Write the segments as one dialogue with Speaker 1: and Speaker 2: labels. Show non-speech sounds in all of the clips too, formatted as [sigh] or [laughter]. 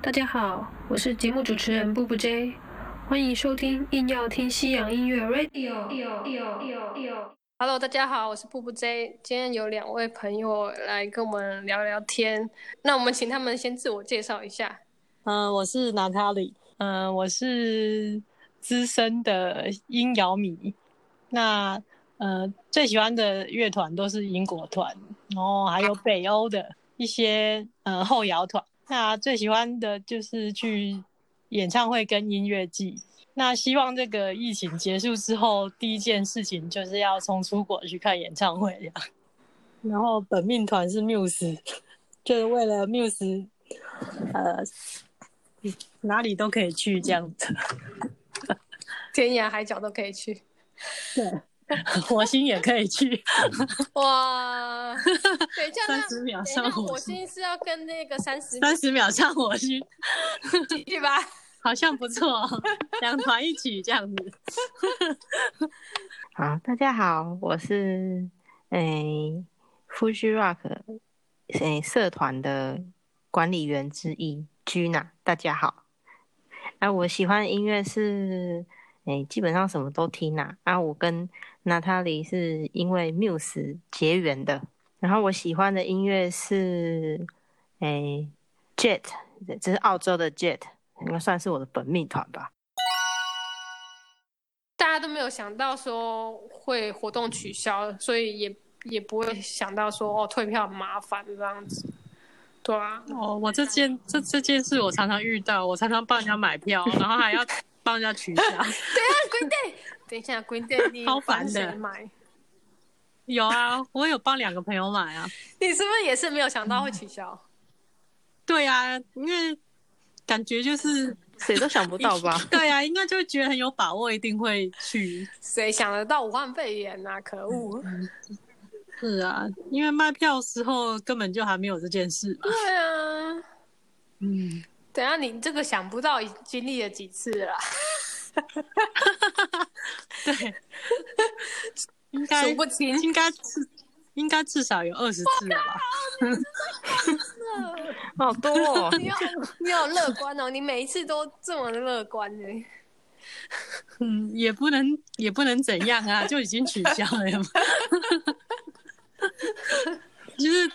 Speaker 1: 大家好，我是节目主持人步步 J，欢迎收听硬要听西洋音乐 Radio。
Speaker 2: Hello，大家好，我是步步 J，今天有两位朋友来跟我们聊聊天，那我们请他们先自我介绍一下。
Speaker 3: 嗯，我是娜塔莉，嗯，我是资深的音摇迷。那呃，最喜欢的乐团都是英国团，然后还有北欧的一些呃后摇团。那最喜欢的就是去演唱会跟音乐季。那希望这个疫情结束之后，第一件事情就是要冲出国去看演唱会这样。然后本命团是 Muse，就是为了 Muse，呃，哪里都可以去这样 [laughs] 子。
Speaker 2: 天涯海角都可以去，
Speaker 3: 对，火星也可以去。
Speaker 2: [laughs] 哇！等一下，那
Speaker 3: 30秒
Speaker 2: 等一
Speaker 3: 上
Speaker 2: 下
Speaker 3: 火
Speaker 2: 我
Speaker 3: 星
Speaker 2: 心是要跟那个三十
Speaker 3: [laughs] 三十秒上火星，
Speaker 2: 去吧。
Speaker 3: 好像不错、哦，两团一起这样子。
Speaker 4: 好，大家好，我是诶 Fuji Rock 诶社团的管理员之一 Gina，大家好。啊，我喜欢音乐是诶基本上什么都听啦、啊。我跟 Natalie 是因为 Muse 结缘的，然后我喜欢的音乐是诶 Jet，这是澳洲的 Jet，应该算是我的本命团吧。
Speaker 2: 大家都没有想到说会活动取消，所以也也不会想到说哦退票很麻烦这样子。对啊，
Speaker 3: 哦，我这件这这件事我常常遇到，我常常帮人家买票，然后还要帮人家取消。
Speaker 2: 等一下 Green Day，等一下 Green Day，
Speaker 3: [laughs]
Speaker 2: 你
Speaker 3: 超烦
Speaker 2: 帮
Speaker 3: 的
Speaker 2: 谁买？
Speaker 3: [laughs] 有啊，我有帮两个朋友买啊。
Speaker 2: 你是不是也是没有想到会取消？
Speaker 3: 嗯对啊，因为感觉就是
Speaker 4: 谁都想不到吧？
Speaker 3: 对啊，应该就会觉得很有把握，一定会去。
Speaker 2: 谁想得到武汉肺炎呐、啊？可恶！
Speaker 3: [laughs] 是啊，因为卖票时候根本就还没有这件事嘛。
Speaker 2: 对啊，
Speaker 3: 嗯，
Speaker 2: 等一下你这个想不到已经经历了几次了啊，
Speaker 3: 对，应该
Speaker 2: 数不清。
Speaker 3: 应该至应该至少有二十次了吧？
Speaker 4: [laughs]
Speaker 3: [laughs]
Speaker 4: 好多哦。
Speaker 2: 你好， [laughs] 你好乐观哦！你每一次都这么乐观呢、
Speaker 3: 嗯，也不能也不能怎样啊，就已经取消了嘛。 [laughs] 就是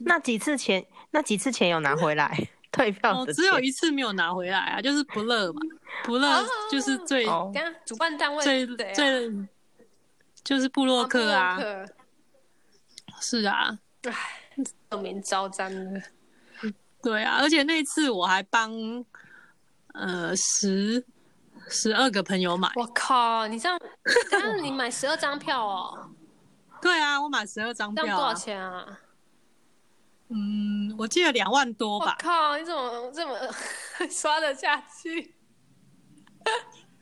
Speaker 4: 那几次钱，那几次钱有拿回来 [laughs] 退票
Speaker 3: 我
Speaker 4: 的钱？
Speaker 3: 哦只有一次没有拿回来啊，就是不乐嘛，不乐
Speaker 2: 哦
Speaker 3: 就是最、
Speaker 4: 哦
Speaker 2: 等一下主办单位
Speaker 3: 最
Speaker 2: 是谁啊
Speaker 3: 最就是布洛克
Speaker 2: 哦布
Speaker 3: 啊，
Speaker 2: 洛克
Speaker 3: 是啊，
Speaker 2: 唉，恶名昭彰的。
Speaker 3: 对啊，而且那次我还帮呃十十二个朋友买，
Speaker 2: 我靠！你这样，等一下你买十二张票哦，
Speaker 3: 对啊，我买十二张
Speaker 2: 这
Speaker 3: 票
Speaker 2: 样多少
Speaker 3: 啊，
Speaker 2: 钱啊？
Speaker 3: 嗯，我记得两万多
Speaker 2: 我
Speaker 3: 吧，
Speaker 2: 靠！你怎么这么 [laughs] 刷得下去？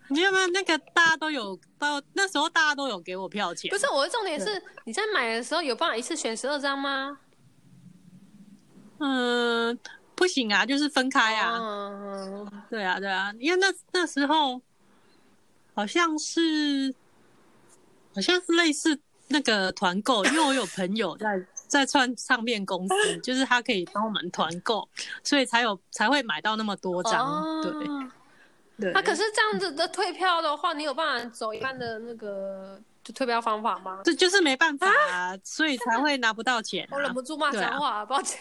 Speaker 3: 你有没有那个大家都有到那时候大家都有给我票钱
Speaker 2: 不，是我的重点是，你在买的时候有办法一次选十二张吗？
Speaker 3: 嗯，不行啊，就是分开啊，
Speaker 2: 嗯，
Speaker 3: 对啊，对啊，因为那那时候好像是好像是类似那个团购，因为我有朋友在在串唱片公司，就是他可以帮我们团购，所以才有才会买到那么多张。对
Speaker 2: 哦
Speaker 3: 对，
Speaker 2: 那、可是这样子的退票的话，你有办法走一般的那个就退票方法吗？
Speaker 3: 这就是没办法啊，所以才会拿不到钱啊、
Speaker 2: 我忍不住骂
Speaker 3: 对啊
Speaker 2: 脏话、 [laughs] 抱歉。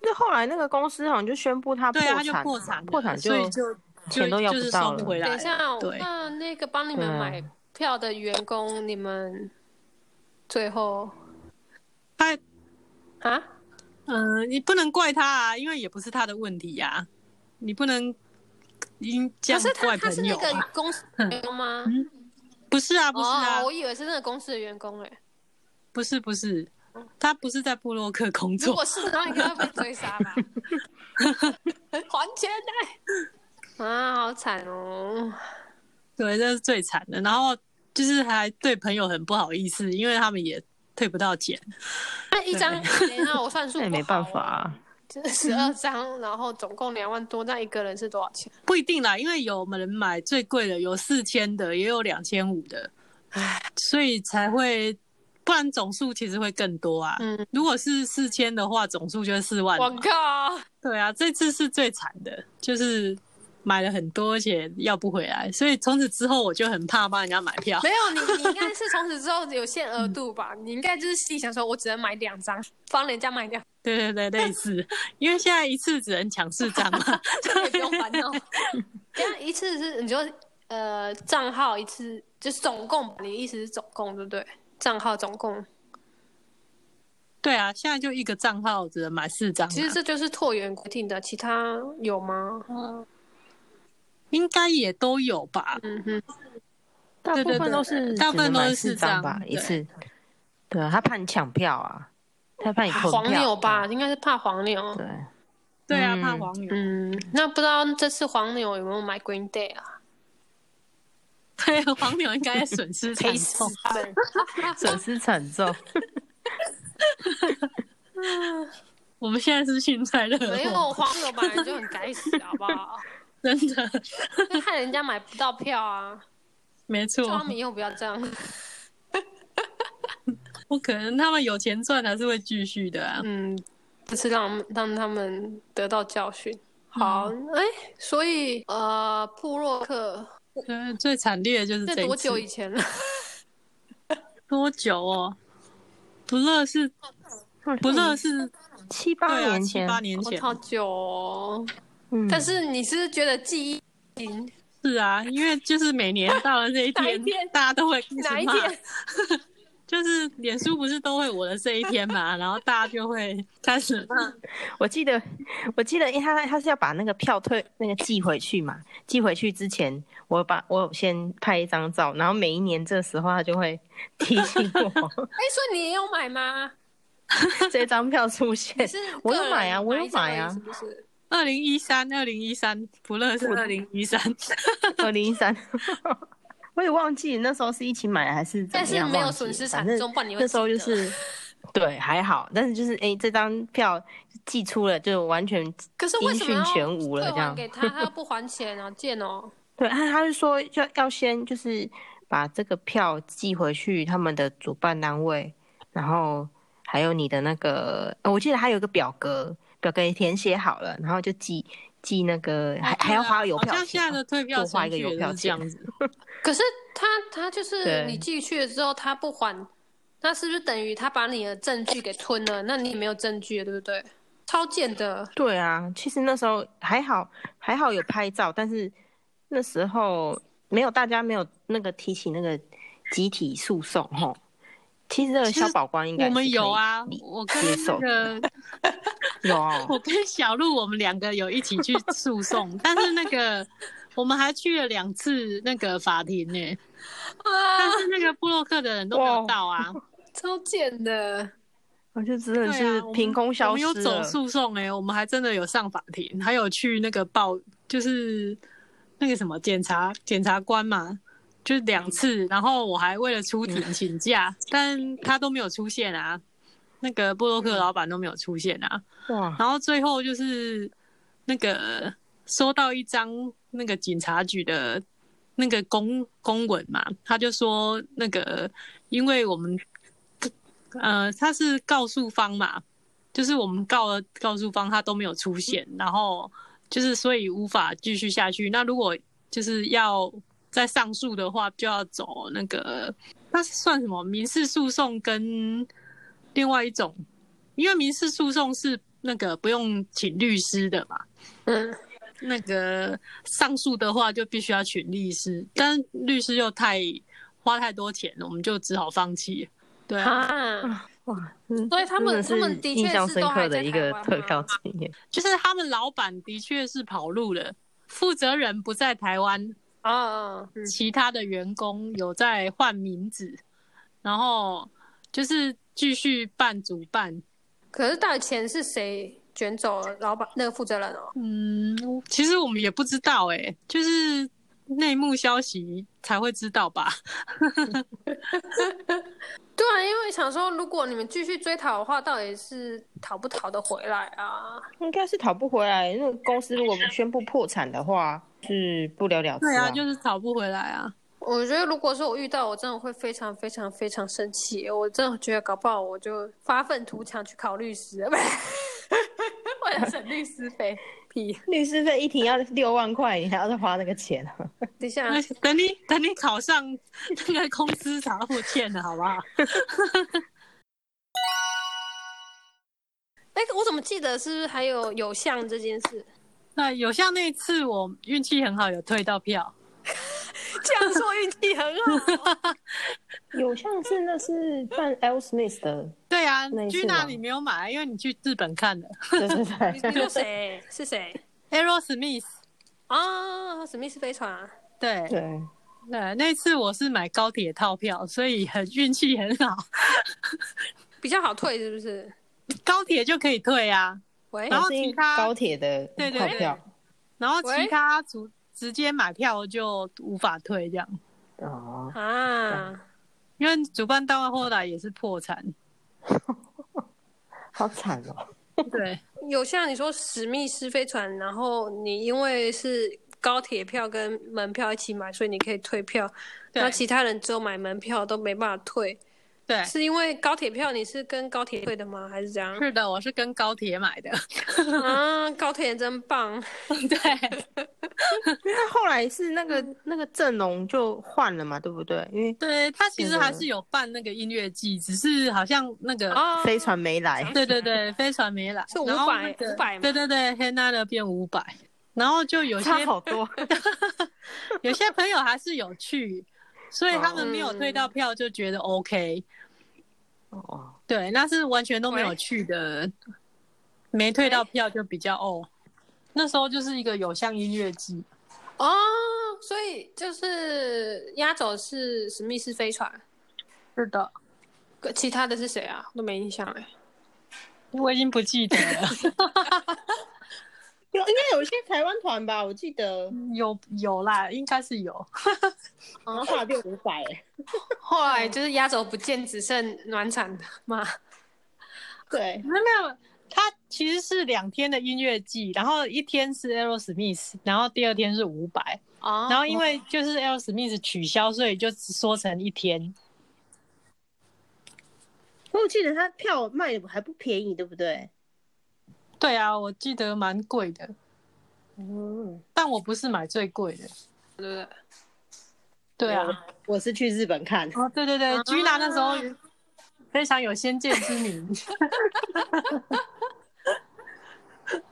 Speaker 4: 就后来那个公司好像就宣布他破
Speaker 3: 对
Speaker 4: 产
Speaker 3: 啊，
Speaker 4: 了，
Speaker 3: 他就破产了，
Speaker 4: 破产
Speaker 3: 所以就
Speaker 4: 钱都要
Speaker 3: 就
Speaker 4: 不
Speaker 3: 是
Speaker 4: 到
Speaker 3: 收
Speaker 4: 了
Speaker 3: 不回来。
Speaker 2: 等一下，
Speaker 3: 对
Speaker 2: 那那个帮你们
Speaker 4: 对啊
Speaker 2: 买票的员工，你们最后
Speaker 3: 他
Speaker 2: 哎啊？
Speaker 3: 嗯、你不能怪他啊，因为也不是他的问题呀、啊，你不能因这
Speaker 2: 可
Speaker 3: 样
Speaker 2: 是他
Speaker 3: 怪
Speaker 2: 他是
Speaker 3: 朋友
Speaker 2: 那
Speaker 3: 啊。嗯
Speaker 2: 个公
Speaker 3: [laughs]
Speaker 2: 司的员工吗？
Speaker 3: 不是啊，不是啊，
Speaker 2: 哦，我以为是那个公司的员工哎、
Speaker 3: 不是不是，他不是在布洛克工
Speaker 2: 如
Speaker 3: 作
Speaker 2: 果，是，然后你可能会被追杀吧？还钱来！啊，好惨哦！
Speaker 3: [laughs] 对，这是最惨的。然后就是还对朋友很不好意思，因为他们也退不到钱。
Speaker 2: 那一张，等一下我算数
Speaker 4: 那也
Speaker 2: 不
Speaker 4: 没
Speaker 2: 好
Speaker 4: 办
Speaker 2: 哦
Speaker 4: 法、，啊。
Speaker 2: 十二张，然后总共两万多，那一个人是多少钱？啊
Speaker 3: 不一定啦，因为有人买最贵的，有四千的，也有两千五的，所以才会，不然总数其实会更多啊。
Speaker 2: 嗯，
Speaker 3: 如果是四千的话，总数就是四万
Speaker 2: 我
Speaker 3: 嘛。
Speaker 2: 靠，
Speaker 3: 对啊，这次是最惨的，就是买了很多，而且要不回来，所以从此之后我就很怕帮人家买票。
Speaker 2: [laughs] 没有你，你应该是从此之后有限额度吧？你应该就是心里想说，我只能买两张，帮人家买两
Speaker 3: 对对对，类似，因为现在一次只能抢四
Speaker 2: [laughs]
Speaker 3: 张嘛。
Speaker 2: 张，也不用烦恼。这样一次是你就呃账号一次，就是总共，你的意思是总共对不对？账号总共，
Speaker 3: 对啊，现在就一个账号只能买四张啊、
Speaker 2: 其实这就是拓元规定的，其他有吗？
Speaker 3: 应该也都有吧。
Speaker 2: 嗯哼，
Speaker 4: 大
Speaker 3: 对
Speaker 4: 部
Speaker 3: 对
Speaker 4: 分
Speaker 3: 对
Speaker 4: 都是
Speaker 3: 大部分
Speaker 4: 只能
Speaker 3: 都
Speaker 4: 买
Speaker 3: 是
Speaker 4: 四
Speaker 3: 四张
Speaker 4: 张吧，一
Speaker 3: 对
Speaker 4: 次。对啊，他怕你抢票啊，他怕你
Speaker 2: 怕
Speaker 4: 囤
Speaker 2: 黄
Speaker 4: 票
Speaker 2: 牛吧，
Speaker 4: 嗯
Speaker 2: 应该是怕黄牛。
Speaker 4: 对，
Speaker 3: 对啊，
Speaker 4: 嗯
Speaker 3: 怕黄牛。
Speaker 2: 嗯，那不知道这次黄牛有没有买 Green Day 啊？
Speaker 3: 对，黄牛应该损失惨
Speaker 2: 赔死
Speaker 3: 重。
Speaker 2: 他们！
Speaker 4: 损失惨重。
Speaker 3: 我们现在是幸灾乐祸，
Speaker 2: 没有黄牛本来就很该死，好不好？
Speaker 3: 真的，
Speaker 2: 就害人家买不到票啊！
Speaker 3: 没
Speaker 2: [laughs] 叫他
Speaker 3: 错
Speaker 2: 们。以后不要这
Speaker 4: [laughs]
Speaker 2: 样。
Speaker 3: 不可能，他们有钱赚还是会继续的啊。
Speaker 2: 嗯，这次让让他们得到教训。
Speaker 4: 嗯
Speaker 2: 好，哎、所以呃，布洛克
Speaker 3: 嗯，最惨烈的就是
Speaker 2: 这
Speaker 3: 这一
Speaker 2: 多
Speaker 3: 次
Speaker 2: 久以前了？
Speaker 3: 多久哦？不乐是不乐是啊
Speaker 4: 七八
Speaker 3: 对啊，
Speaker 4: 年
Speaker 3: 七
Speaker 4: 前，
Speaker 3: 八年
Speaker 2: 我
Speaker 3: 前
Speaker 2: 好久、哦，
Speaker 4: 嗯
Speaker 2: 但是你是不是觉得记忆停
Speaker 3: 是啊，因为就是每年到了这一
Speaker 2: 哪一
Speaker 3: 天，
Speaker 2: 天
Speaker 3: 大家都会
Speaker 2: 哪
Speaker 3: 开
Speaker 2: 一
Speaker 3: 始骂，
Speaker 2: 天？
Speaker 3: 就是脸书不是都会我的这一天
Speaker 4: [laughs]
Speaker 3: 嘛，然后大家就会开始骂。
Speaker 4: 嗯我记得，我记得，因为他他是要把那个票退那个寄回去嘛，寄回去之前，我把我有先拍一张照，然后每一年这时候他就会提醒
Speaker 2: [laughs]
Speaker 4: 我
Speaker 2: 哎、所以你也有买吗？
Speaker 4: 这张票出
Speaker 2: [laughs] 你
Speaker 4: 现
Speaker 2: 是。
Speaker 4: 我
Speaker 2: 个
Speaker 4: 有
Speaker 2: 人
Speaker 4: 买啊，我有
Speaker 2: 一张而
Speaker 4: 买
Speaker 2: 已
Speaker 4: 啊
Speaker 2: 是，不是？
Speaker 3: 二零一三，二零一三，不乐是二零一三，
Speaker 4: 二零一三，我也忘记那时候是一起买的还是怎
Speaker 2: 但
Speaker 4: 么
Speaker 2: 是
Speaker 4: 样，
Speaker 2: 没有
Speaker 4: 忘记
Speaker 2: 损
Speaker 4: 了
Speaker 2: 失
Speaker 4: 反
Speaker 2: 惨
Speaker 4: 正
Speaker 2: 重，不然你会
Speaker 4: 那时候就
Speaker 2: 记得。 [laughs]
Speaker 4: 是。对，还好，但是就是哎、这张票寄出了，就完全
Speaker 2: 可是为
Speaker 4: 音
Speaker 2: 什么
Speaker 4: 讯
Speaker 2: 要
Speaker 4: 全无了，
Speaker 2: 退
Speaker 4: 这样 [laughs]
Speaker 2: 还。给他，他又不还钱啊，贱哦！
Speaker 4: 对，他他是说要要先就是把这个票寄回去他们的主办单位，然后还有你的那个，呃我记得还有一个表格，表格也填写好了，然后就寄寄那个，还还要花邮
Speaker 3: 哦啊好
Speaker 4: 票
Speaker 3: 像现在
Speaker 4: 钱哦。
Speaker 3: 的退票
Speaker 4: 多花一
Speaker 3: 程
Speaker 4: 个
Speaker 3: 序
Speaker 4: 邮
Speaker 3: 也
Speaker 4: 票
Speaker 3: 是这
Speaker 4: 钱
Speaker 3: 样子。
Speaker 2: 可是他他就是
Speaker 4: 对
Speaker 2: 你寄去了之后他不还，那是不是等于他把你的证据给吞了？那你也没有证据了，对不对？超贱的，
Speaker 4: 对啊，其实那时候还好，还好有拍照，但是那时候没有大家没有那个提起那个集体诉讼吼。其实这个
Speaker 3: 其
Speaker 4: 小
Speaker 3: 实
Speaker 4: 保官应该
Speaker 3: 我们
Speaker 4: 是
Speaker 3: 有
Speaker 4: 可以
Speaker 3: 啊
Speaker 4: 理，
Speaker 3: 我跟
Speaker 4: 接
Speaker 3: 那
Speaker 4: 受
Speaker 3: 个
Speaker 4: 有哦
Speaker 3: 我跟小鹿，我们两个有一起去诉讼，但是那个我们还去了两次那个法庭呢、
Speaker 4: 啊
Speaker 3: 但是那个布洛克的人都没有到啊。
Speaker 2: 超贱的。
Speaker 4: 我就真的
Speaker 3: 对
Speaker 4: 是
Speaker 3: 啊，我们
Speaker 4: 凭空消失
Speaker 3: 我们有走
Speaker 4: 了。
Speaker 3: 诉讼哎、我们还真的有上法庭，还有去那个报，就是那个什么检察检察官嘛，就是两次。然后我还为了出庭请假，但他都没有出现啊。那个布洛克老板都没有出现啊。
Speaker 4: 哇，
Speaker 3: 然后最后就是那个收到一张那个警察局的那个公公文嘛，他就说那个因为我们呃他是告诉方嘛，就是我们告了告诉方他都没有出现，然后就是所以无法继续下去。那如果就是要再上诉的话，就要走那个那是算什么民事诉讼跟另外一种，因为民事诉讼是那个不用请律师的嘛，
Speaker 2: 嗯，
Speaker 3: 那个上诉的话就必须要请律师，但律师又太花太多钱了，我们就只好放弃。对啊，
Speaker 2: 啊，
Speaker 4: 嗯
Speaker 2: 所以他们
Speaker 4: 真
Speaker 2: 他
Speaker 4: 的
Speaker 2: 们
Speaker 4: 是
Speaker 2: 的
Speaker 4: 印
Speaker 2: 确
Speaker 4: 象
Speaker 2: 是
Speaker 4: 深
Speaker 2: 都还
Speaker 4: 刻的
Speaker 2: 在
Speaker 4: 一
Speaker 2: 台
Speaker 4: 个
Speaker 2: 湾
Speaker 4: 特
Speaker 2: 吗
Speaker 4: 票经验。
Speaker 3: 就是他们老板的确是跑路了，负责人不在台湾，
Speaker 2: 啊啊，嗯
Speaker 3: 其他的员工有在换名字，然后就是继续办主办。
Speaker 2: 可是到底钱是谁卷走了？老板那个负责人哦，
Speaker 3: 嗯，其实我们也不知道哎、就是内幕消息才会知道吧。
Speaker 2: 对啊，因为想说，如果你们继续追讨的话，到底是讨不讨得回来啊？
Speaker 4: 应该是讨不回来，那个公司如果宣布破产的话，是不了了之
Speaker 3: [laughs] 对啊，就是讨不回来啊。
Speaker 2: 我觉得，如果说我遇到，我真的会非常非常非常生 [laughs] 气。我真的觉得，搞不好我就发愤图强去考律师，不是为省律师费，屁！
Speaker 4: 律师费一庭要六万块，你还要再花那个钱啊？
Speaker 2: 等一下，
Speaker 3: 那等你等你考上那个工资才付欠了，好不 [laughs] 好？
Speaker 2: 哎、我怎么记得是不是还有有像这件事？ [laughs]
Speaker 3: 那有像那一次我运气很好，有退到票，
Speaker 2: 这样说运气很好，
Speaker 4: 有像是那是办 L Smith 的，
Speaker 3: 对啊
Speaker 4: 那一次
Speaker 3: 居
Speaker 4: 吗
Speaker 3: 娜你没有买，啊因为你去日本看了
Speaker 4: 对对
Speaker 2: 你你说
Speaker 4: 对，
Speaker 2: 谁？是谁
Speaker 3: Aerosmith。
Speaker 2: 啊？史密斯飞船啊？
Speaker 3: 对对，
Speaker 4: 对，
Speaker 3: 那次我是买高铁套票，所以很运气很好， [laughs]
Speaker 2: 比较好退是不是？
Speaker 3: 高铁就可以退啊。
Speaker 2: 喂，
Speaker 3: 然后
Speaker 4: 是因为
Speaker 3: 其他
Speaker 4: 高铁的
Speaker 3: 对对
Speaker 4: 套票
Speaker 3: 然后
Speaker 2: 喂
Speaker 3: 其他直直接买票就无法退这样，
Speaker 4: 哦，
Speaker 2: 啊，
Speaker 3: 因为主办单位后来也是破产。
Speaker 4: 好惨哦，
Speaker 3: 对，
Speaker 2: 有像你说史密斯飞船，然后你因为是高铁票跟门票一起买，所以你可以退票。
Speaker 3: [laughs] 对
Speaker 2: 那其他人只有买门票都没办法退，
Speaker 3: 对，
Speaker 2: 是因为高铁票你是跟高铁退的吗？还是怎样？
Speaker 3: [laughs] 是的，我是跟高铁买 [laughs] 的。
Speaker 2: 啊，高铁真棒！
Speaker 3: 对
Speaker 4: 那后来是那个那个阵容就换了嘛，对不对？因为
Speaker 3: [laughs] 对，哦他其实
Speaker 4: 那个
Speaker 3: 还是有办那个音乐季，只是好像那个。
Speaker 2: 啊，
Speaker 4: 飞船没来，
Speaker 3: 对对对，飞船没 [laughs] 来，
Speaker 2: 是
Speaker 3: 然后
Speaker 2: 500
Speaker 3: 那个
Speaker 2: 500吗
Speaker 3: 对对对，黑娜的变五百，然后就 [laughs] 有些
Speaker 4: 差好 [laughs] 多，
Speaker 3: 有些朋友还是有去，所以他们没有退到票就觉得 OK。
Speaker 4: 哦，
Speaker 3: 对，那是完全都没有
Speaker 2: 喂
Speaker 3: 去的，没退到票就比较哦。那时候就是一个有像音乐季，
Speaker 2: 哦，所以就是压轴是史密斯飞船，
Speaker 3: 是的，
Speaker 2: 可其他的是谁啊？都没印象哎。
Speaker 3: 我已经不记得了，
Speaker 4: 有应该有一些台湾团吧，我记得
Speaker 3: [laughs] 有有啦，应该是有。
Speaker 4: 好像六五百，
Speaker 5: 欸
Speaker 2: 后来就是压轴不见，只剩暖场的嘛。
Speaker 4: 对，
Speaker 3: 没有没有，它其实是两天的音乐季，然后一天是 Aerosmith，然后第二天是伍佰，
Speaker 2: 哦，
Speaker 3: 然后因为就是 Aerosmith 取消，所以就只说成一天。
Speaker 5: 我记得他票卖的还不便宜，对不对？
Speaker 3: 对啊，我记得蛮贵的，
Speaker 5: 嗯，
Speaker 3: 但我不是买最贵的。
Speaker 2: 对不对？
Speaker 3: 对啊，
Speaker 5: 我是去日本看，
Speaker 3: 哦对对对，居娜那时候非常有先见之明。
Speaker 5: 因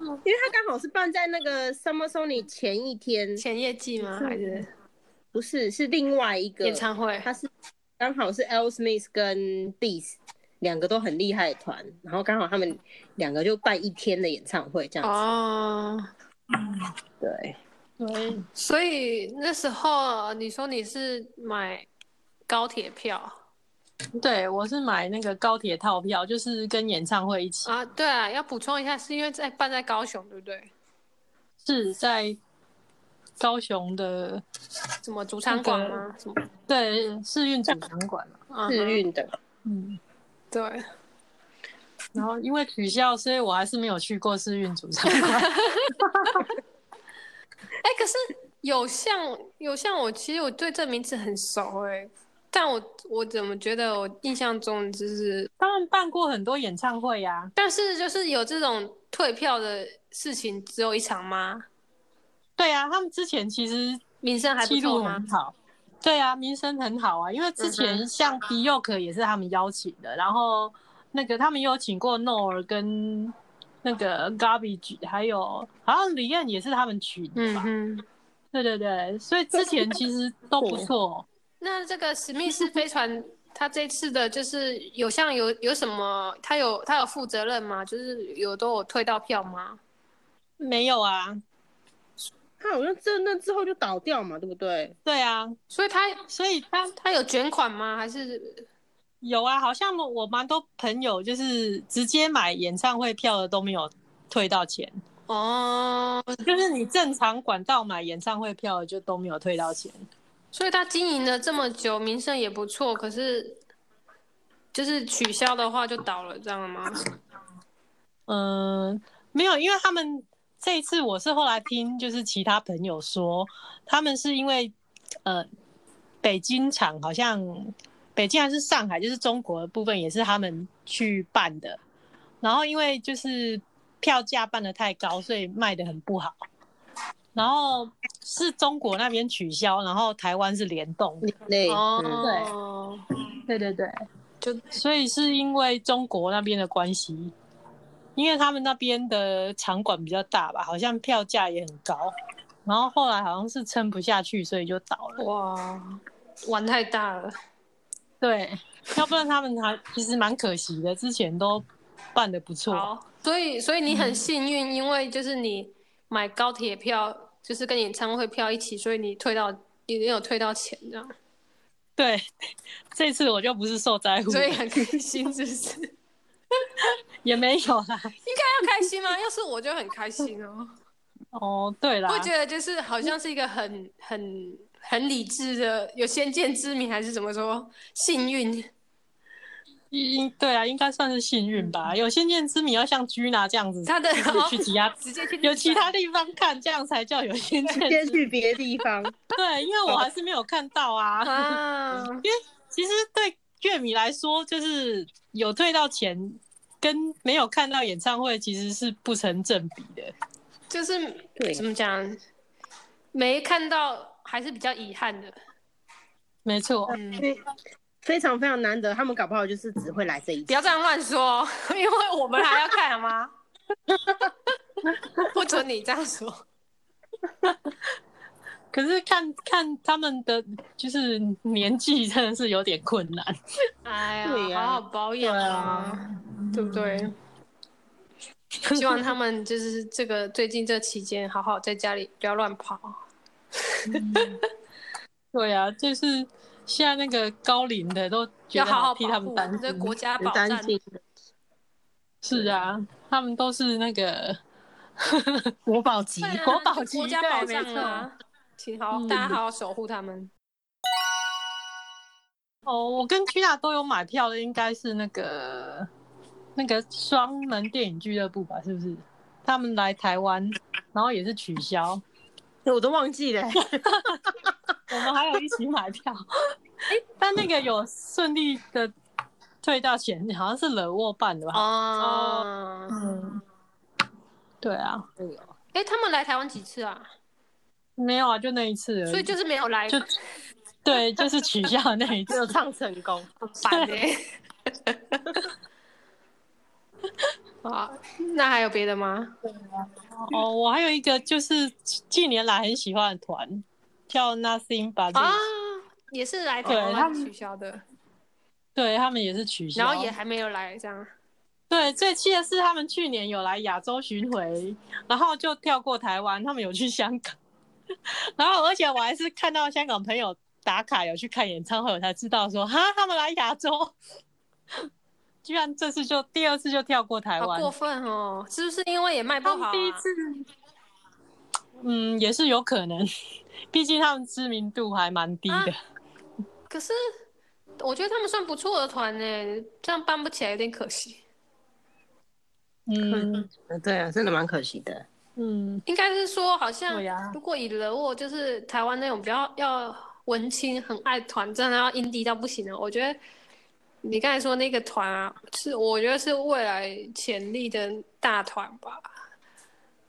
Speaker 5: 为他刚好是办在那个 Summer Sony 前一天，
Speaker 2: 前夜季吗？还是
Speaker 5: 不是，是另外一个
Speaker 2: 演，唱会？
Speaker 5: 他是刚好是 L Smith 跟 Beast 两个都很厉害的团，然后刚好他们两个就办一天的演唱会这样子。
Speaker 2: 哦，
Speaker 5: 对，
Speaker 3: 对，
Speaker 2: 所以那时候你说你是买高铁票
Speaker 3: 对我是买那个高铁套票，就是跟演唱会一起，
Speaker 2: 啊？对啊，要补充一下，是因为在办在高雄，对不对？
Speaker 3: 是在高雄的
Speaker 2: 什么主场馆吗？什么？
Speaker 3: 对世运主场馆嘛。
Speaker 2: 嗯哼
Speaker 5: 日运的，
Speaker 3: 嗯。
Speaker 2: 对，哎
Speaker 3: 然后因为取消，所以我还是没有去过试运主场。
Speaker 2: 哎、可是有像有像我，其实我对这名字很熟哎、但我我怎么觉得我印象中就是，
Speaker 3: [laughs] 他们办过很多演唱会呀、
Speaker 2: 但是就是有这种退票的事情只有一场吗？
Speaker 3: 对呀、他们之前其实
Speaker 2: 名声还不
Speaker 3: 记
Speaker 2: 错
Speaker 3: 录
Speaker 2: 吗嗯
Speaker 3: 很？好。对啊，名声很好啊，因为之前像 d i o k 也是他们邀请的，然后那个他们有请过 Nor 跟那个 Garbage，还有好像李艳也是他们取的
Speaker 2: 嗯
Speaker 3: 吧？
Speaker 2: 哼，
Speaker 3: 对对对，所以之前其实都不错。哦
Speaker 2: 那这个史密斯飞船，他这次的就是有像有有什么，他有他有负责任吗？就是有都有退到票吗？
Speaker 3: 没有啊，
Speaker 5: 他好像这那之后就倒掉嘛，对不对？
Speaker 3: 对啊，
Speaker 2: 所以他
Speaker 3: 所以他
Speaker 2: 他有卷款吗？还是
Speaker 3: 有啊，好像我蛮多朋友就是直接买演唱会票的都没有退到钱，
Speaker 2: 哦？
Speaker 3: 就是你正常管道买演唱会票的就都没有退到钱。
Speaker 2: 所以他经营了这么久，名声也不错，可是就是取消的话就倒了，这样吗？
Speaker 3: 嗯，没有，因为他们这一次我是后来听就是其他朋友说，他们是因为呃北京场好像北京还是上海，就是中国的部分也是他们去办的，然后因为就是票价办的太高，所以卖的很不好。然后是中国那边取消，然后台湾是联动的，
Speaker 5: 对，嗯
Speaker 2: 哦，
Speaker 3: 对对对，
Speaker 2: 就
Speaker 3: 所以是因为中国那边的关系，因为他们那边的场馆比较大吧，好像票价也很高，然后后来好像是撑不下去，所以就倒了。
Speaker 2: 哇，玩太大了，
Speaker 3: 对，要不然他们还其实蛮可惜的，之前都办的不错。
Speaker 2: 好，所以所以你很幸运，因为就是你买高铁票，就是跟演唱会票一起，所以你退到你有退到钱这样，
Speaker 3: 对， [laughs] 这次我就不是受灾户，
Speaker 2: 所以很开心，是不 [laughs] 是？
Speaker 3: 也没有啦。
Speaker 2: 要开心吗？要是我就很开心哦。
Speaker 3: 哦，对啦，
Speaker 2: 会觉得就是好像是一个很很很理智的，有先见之明还是怎么说？幸运
Speaker 3: 应对啊，应该算是幸运吧。有先见之明，要像居娜这样子，
Speaker 2: 嗯他的
Speaker 3: 就是去其他
Speaker 2: 直接去
Speaker 3: 有其他地方看，这样才叫有先见之
Speaker 5: 先
Speaker 3: 明。
Speaker 5: 去别的地 [laughs] 方，
Speaker 3: [laughs] 对，因为我还是没有看到啊。
Speaker 2: 啊，
Speaker 3: 其实对乐迷来说，就是有退到钱，跟没有看到演唱会其实是不成正比的。
Speaker 2: 就是
Speaker 5: 对
Speaker 2: 怎么讲，没看到还是比较遗憾的。
Speaker 3: 没错，
Speaker 2: 嗯，
Speaker 5: 非常非常难得。他们搞不好就是只会来这一
Speaker 2: 不
Speaker 5: 次
Speaker 2: 要。这样乱说， [laughs] 因为我们还要看好吗？ [laughs] 不准你这样说。
Speaker 3: 可是看看他们的就是年纪真的是有点困难。
Speaker 2: 哎
Speaker 5: 对
Speaker 2: 呀，
Speaker 5: 呀
Speaker 2: 好好保养啊，对不对？希望他们就是这个最近这期间，好好在家里不要乱跑。
Speaker 3: [laughs] 对啊，就是现在那个高龄的都觉
Speaker 2: 要
Speaker 3: 得
Speaker 2: 好好
Speaker 3: 替
Speaker 2: 保
Speaker 3: 他们
Speaker 2: 护
Speaker 3: [laughs] 担
Speaker 2: 这
Speaker 3: 心。
Speaker 2: 国家保
Speaker 5: 担
Speaker 2: 障。
Speaker 5: 心，
Speaker 3: 是啊，他们都是那个国宝级
Speaker 2: 对啊
Speaker 3: 国宝
Speaker 2: 这
Speaker 3: 级，
Speaker 2: 国家
Speaker 3: 对
Speaker 2: 保
Speaker 3: 没
Speaker 2: 障
Speaker 3: 错。
Speaker 2: 啊， [laughs] 请好，
Speaker 3: 嗯
Speaker 2: 大家好好守护他们。
Speaker 3: 哦，我跟 Tina 都有买票的，应该是那个那个双门电影俱乐部吧？是不是？他们来台湾，然后也是取消，
Speaker 5: [laughs] 我都忘记了。 [laughs]
Speaker 3: 我们还有一起买
Speaker 2: [laughs]
Speaker 3: 票，但那个有顺利的退到钱，好像是惹沃办的吧？
Speaker 2: 哦，
Speaker 3: 对啊，
Speaker 2: 哎，他们来台湾几次啊？
Speaker 3: 没有啊，就那一次而已，
Speaker 2: 所以就是没有来，
Speaker 3: 就对，就是取消的那一
Speaker 2: [laughs]
Speaker 5: 只有
Speaker 3: 次，
Speaker 5: 唱成功，
Speaker 2: 烦欸
Speaker 3: [laughs]
Speaker 2: 啊，那还有别的吗？
Speaker 3: 哦，我还有一个就是近年来很喜欢的团，叫 Nothing But，、
Speaker 2: 啊
Speaker 3: This，，
Speaker 2: 也是来台
Speaker 3: 对他
Speaker 2: 湾
Speaker 3: 们
Speaker 2: 取消的，
Speaker 3: 对他们也是取消，
Speaker 2: 然后也还没有来，这样
Speaker 3: 对，最气的是他们去年有来亚洲巡回，然后就跳过台湾，他们有去香港， [laughs] 然后而且我还是看到香港朋友打卡有去看演唱会，我才知道说哈他们来亚洲， [laughs] 居然这次就第二次就跳过台
Speaker 2: 好
Speaker 3: 湾
Speaker 2: 过，分哦！是不是因为也卖不
Speaker 3: 他
Speaker 2: 好
Speaker 3: 们
Speaker 2: 啊？
Speaker 3: 第一次，嗯，也是有可能， [laughs] 毕竟他们知名度还蛮
Speaker 2: 啊
Speaker 3: 低的。
Speaker 2: 可是我觉得他们算不错的团呢，这样办不起来有点可惜。
Speaker 3: 嗯
Speaker 5: [laughs] 对啊，真的蛮可惜的。
Speaker 3: 嗯，
Speaker 2: 应该是说，好像
Speaker 3: 对啊呀
Speaker 2: 如果以惹我就是台湾那种比较要文青、很爱团，真的要 indie 到不行的，我觉得。你刚才说那个团啊，是我觉得是未来潜力的大团吧，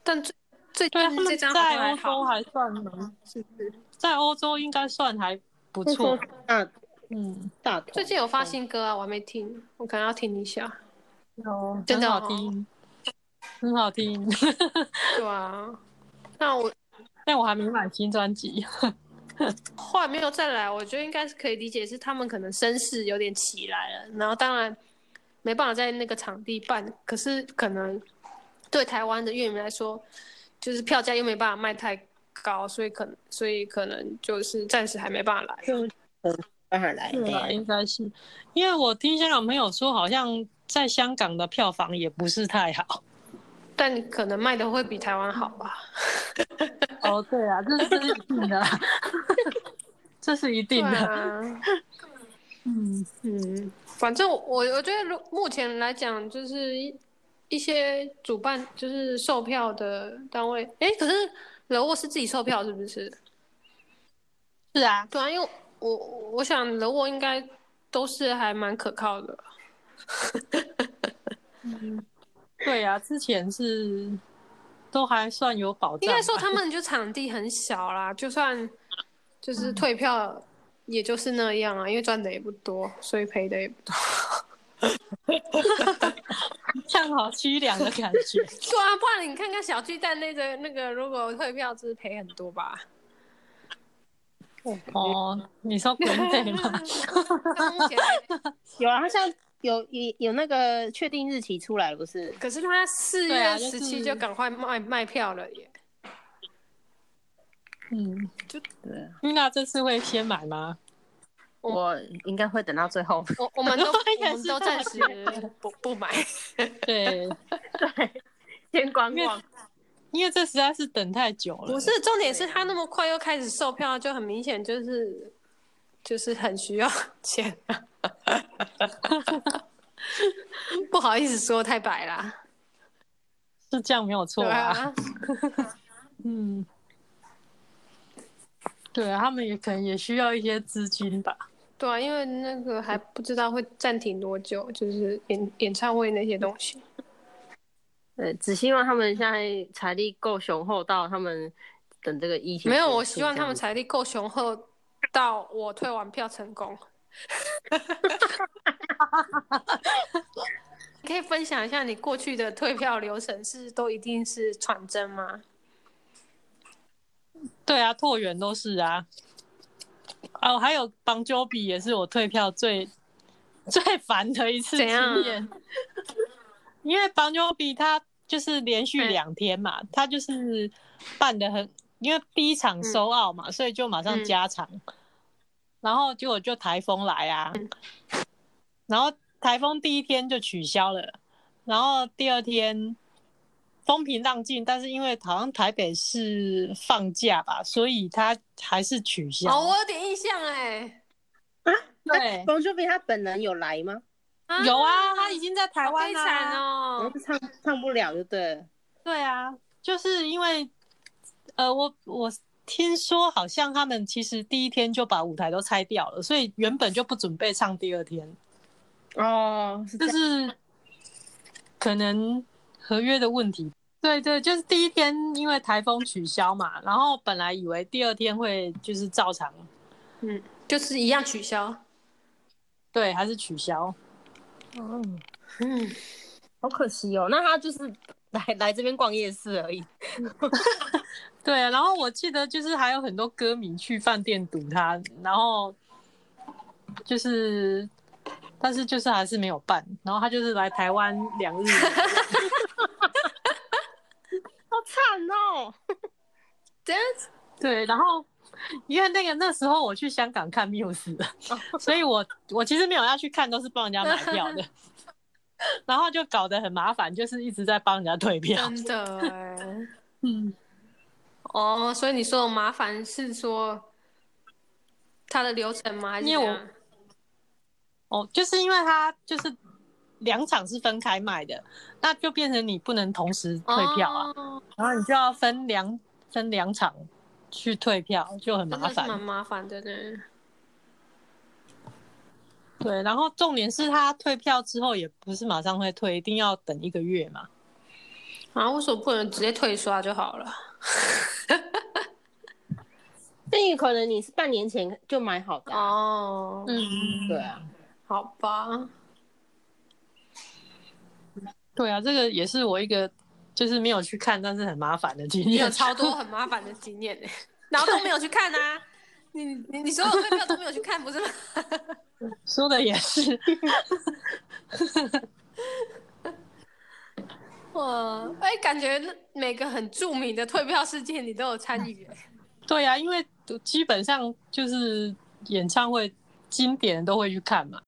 Speaker 2: 但最最
Speaker 3: 对，啊
Speaker 2: 近
Speaker 3: 他们
Speaker 2: 这张好像
Speaker 3: 在
Speaker 2: 还
Speaker 3: 欧洲
Speaker 2: 好，
Speaker 3: 还算蛮，在欧洲应该算还不
Speaker 5: 不
Speaker 3: 错。
Speaker 5: 大
Speaker 3: 嗯，
Speaker 5: 大
Speaker 2: 最近有发新歌啊，我还没听，我可能要听一下。
Speaker 3: 哦，
Speaker 2: 真的
Speaker 3: 很好
Speaker 2: 哦
Speaker 3: 听， [laughs] 很好听， [laughs]
Speaker 2: 对啊，那我
Speaker 3: 但我还没买新专辑。 [laughs]
Speaker 2: 后来没有再来，我觉得应该是可以理解，是他们可能声势有点起来了，然后当然没办法在那个场地办，可是可能对台湾的乐迷来说，就是票价又没办法卖太高，所以可能所以可能就是暂时还没办法来。
Speaker 5: 当然来，
Speaker 3: 对啊，应该是，因为我听香港朋友说，好像在香港的票房也不是太好。
Speaker 2: 但可能卖的会比台湾好吧？
Speaker 3: 哦，对啊，这是一定的啦， [laughs] 这是一定
Speaker 2: 对
Speaker 3: 的。
Speaker 2: 啊，
Speaker 3: [laughs] 嗯，
Speaker 2: 嗯，反正我我觉得，如目前来讲，就是一一些主办就是售票的单位，哎，可是惹沃是自己售票是不是？
Speaker 3: 是啊，
Speaker 2: 对啊，因为我我我想人我应该都是还蛮可靠的，
Speaker 3: 对啊，之前是都还算有保障吧。
Speaker 2: 应该说他们就场地很小啦，就算
Speaker 3: 嗯
Speaker 2: 就是退票，也就是那样啊，因为赚的也不多，所以赔的也不多。
Speaker 3: 像好凄凉的感觉。 [laughs]
Speaker 2: 对啊，不然你看看小巨蛋那个那个，如果退票就是赔很多 [laughs] 吧？
Speaker 3: 哦，你说国内 [laughs] 吗？
Speaker 2: 那目前
Speaker 5: 有啊，他现在有有有那个确定日期出来了，不是？
Speaker 2: 可是他四
Speaker 3: 对
Speaker 2: 月
Speaker 3: 啊就
Speaker 2: 十七
Speaker 3: 是
Speaker 2: 就赶快卖卖票了耶。
Speaker 3: 嗯，
Speaker 5: 对，
Speaker 3: 那这次会先买吗？ [laughs]
Speaker 5: 我应该会等到最后。
Speaker 2: 我 [laughs] 我们都
Speaker 3: 也
Speaker 2: 我们
Speaker 3: 是
Speaker 2: 都暂时不不买。
Speaker 3: 对，
Speaker 5: [laughs] 先观
Speaker 3: 因为
Speaker 5: 望。
Speaker 3: 因为这实在是等太久了。
Speaker 2: [laughs] 不是，重点是他那么快又开始售票，就很明显就是就是很需要钱。啊 [laughs] 不好意思说太白啦，
Speaker 3: 是这样没有错
Speaker 2: 对啊，
Speaker 3: 嗯，对啊，他们也可能也需要一些资金吧。
Speaker 2: 对啊，因为那个还不知道会暂停多久，就是演演唱会那些东西。
Speaker 5: [laughs] 对，只希望他们现在财力够雄厚到他们等这个疫情
Speaker 2: 没有，
Speaker 5: 结束
Speaker 2: 我希望
Speaker 5: 这
Speaker 2: 他
Speaker 5: 样
Speaker 2: 们
Speaker 5: 子
Speaker 2: 财力够雄厚到我退完票成功。 [laughs] 你可以分享一下你过去的退票流程是都一定是传真吗？
Speaker 3: 对啊，拓元都是啊。哦，还有邦鸠比也是我退票最最烦的一次
Speaker 2: 怎样啊
Speaker 3: 经验，因为邦鸠比他就是连续
Speaker 2: 嗯
Speaker 3: 两天嘛，他就是办的很，因为第一场收澳嘛，所以就马上
Speaker 2: 嗯
Speaker 3: 加场，然后结果就台风来
Speaker 2: 嗯
Speaker 3: 啊，然后台风第一天就取消了，然后第二天风平浪静，但是因为好像台北市放假吧，所以他还是取消。
Speaker 2: 哦，我有点印象哎、
Speaker 3: 对，
Speaker 5: 哎冯秋比他本人有来吗？
Speaker 3: 有啊，他已经在台
Speaker 2: 好
Speaker 3: 湾啊
Speaker 2: 悲
Speaker 3: 啦、
Speaker 2: 惨
Speaker 5: 我
Speaker 2: 哦。
Speaker 5: 是唱唱不了，就对了。
Speaker 3: 对啊，就是因为呃，我我听说好像他们其实第一天就把舞台都拆掉了，所以原本就不准备唱第二天。
Speaker 5: 哦，是这
Speaker 3: 就
Speaker 5: 样。
Speaker 3: 是可能合约的问题。对对，就是第一天因为台风取消嘛，然后本来以为第二天会就是照常，
Speaker 2: 嗯，就是一样取消。
Speaker 3: 对，还是取消。
Speaker 5: 哦，
Speaker 2: 嗯，
Speaker 5: 好可惜哦。那他就是来来这边逛夜市而已。
Speaker 3: 对，啊然后我记得就是还有很多歌迷去饭店堵他，然后就是，但是就是还是没有办，然后他就是来台湾两日，
Speaker 5: 好惨哦。
Speaker 2: 这样
Speaker 3: 对，然后因为那个那时候我去香港看 Muse，所
Speaker 2: 哦
Speaker 3: 以我我其实没有要去看，都是帮人家买票
Speaker 2: [laughs]
Speaker 3: 的，然后就搞得很麻烦，就是一直在帮人家退票。
Speaker 2: 真的哎、
Speaker 3: 嗯，
Speaker 2: 哦，所以你说的麻烦是说它的流程吗？还是
Speaker 3: 因为我
Speaker 2: 怎样
Speaker 3: 哦，就是因为它就是两场是分开卖的，那就变成你不能同时退票啊，
Speaker 2: 哦、
Speaker 3: 然后你就要分两分两场去退票，就很
Speaker 2: 真
Speaker 3: 麻
Speaker 2: 的是
Speaker 3: 烦。
Speaker 2: 蛮麻烦的呢。
Speaker 3: 对，然后重点是他退票之后也不是马上会退，一定要等一个月嘛。
Speaker 2: 啊，为什么不能直接退刷就好了？ [laughs]
Speaker 5: 那也可能你是半年前就买好的啊。
Speaker 2: 哦，
Speaker 3: 嗯
Speaker 5: 对啊。
Speaker 2: 好吧，
Speaker 3: 对啊，这个也是我一个就是没有去看，但是很麻烦的经
Speaker 2: 你有
Speaker 3: 验。
Speaker 2: 超多很麻烦的经验呢、 [laughs] 然后都没有去看啊。你你你所有退票都没有去看， [laughs] 不是吗？
Speaker 3: [laughs] 说的也是，
Speaker 2: 哇，哎、感觉那每个很著名的退票事件你都有参与耶。
Speaker 3: 啊对啊，因为基本上就是演唱会经典都会去看嘛，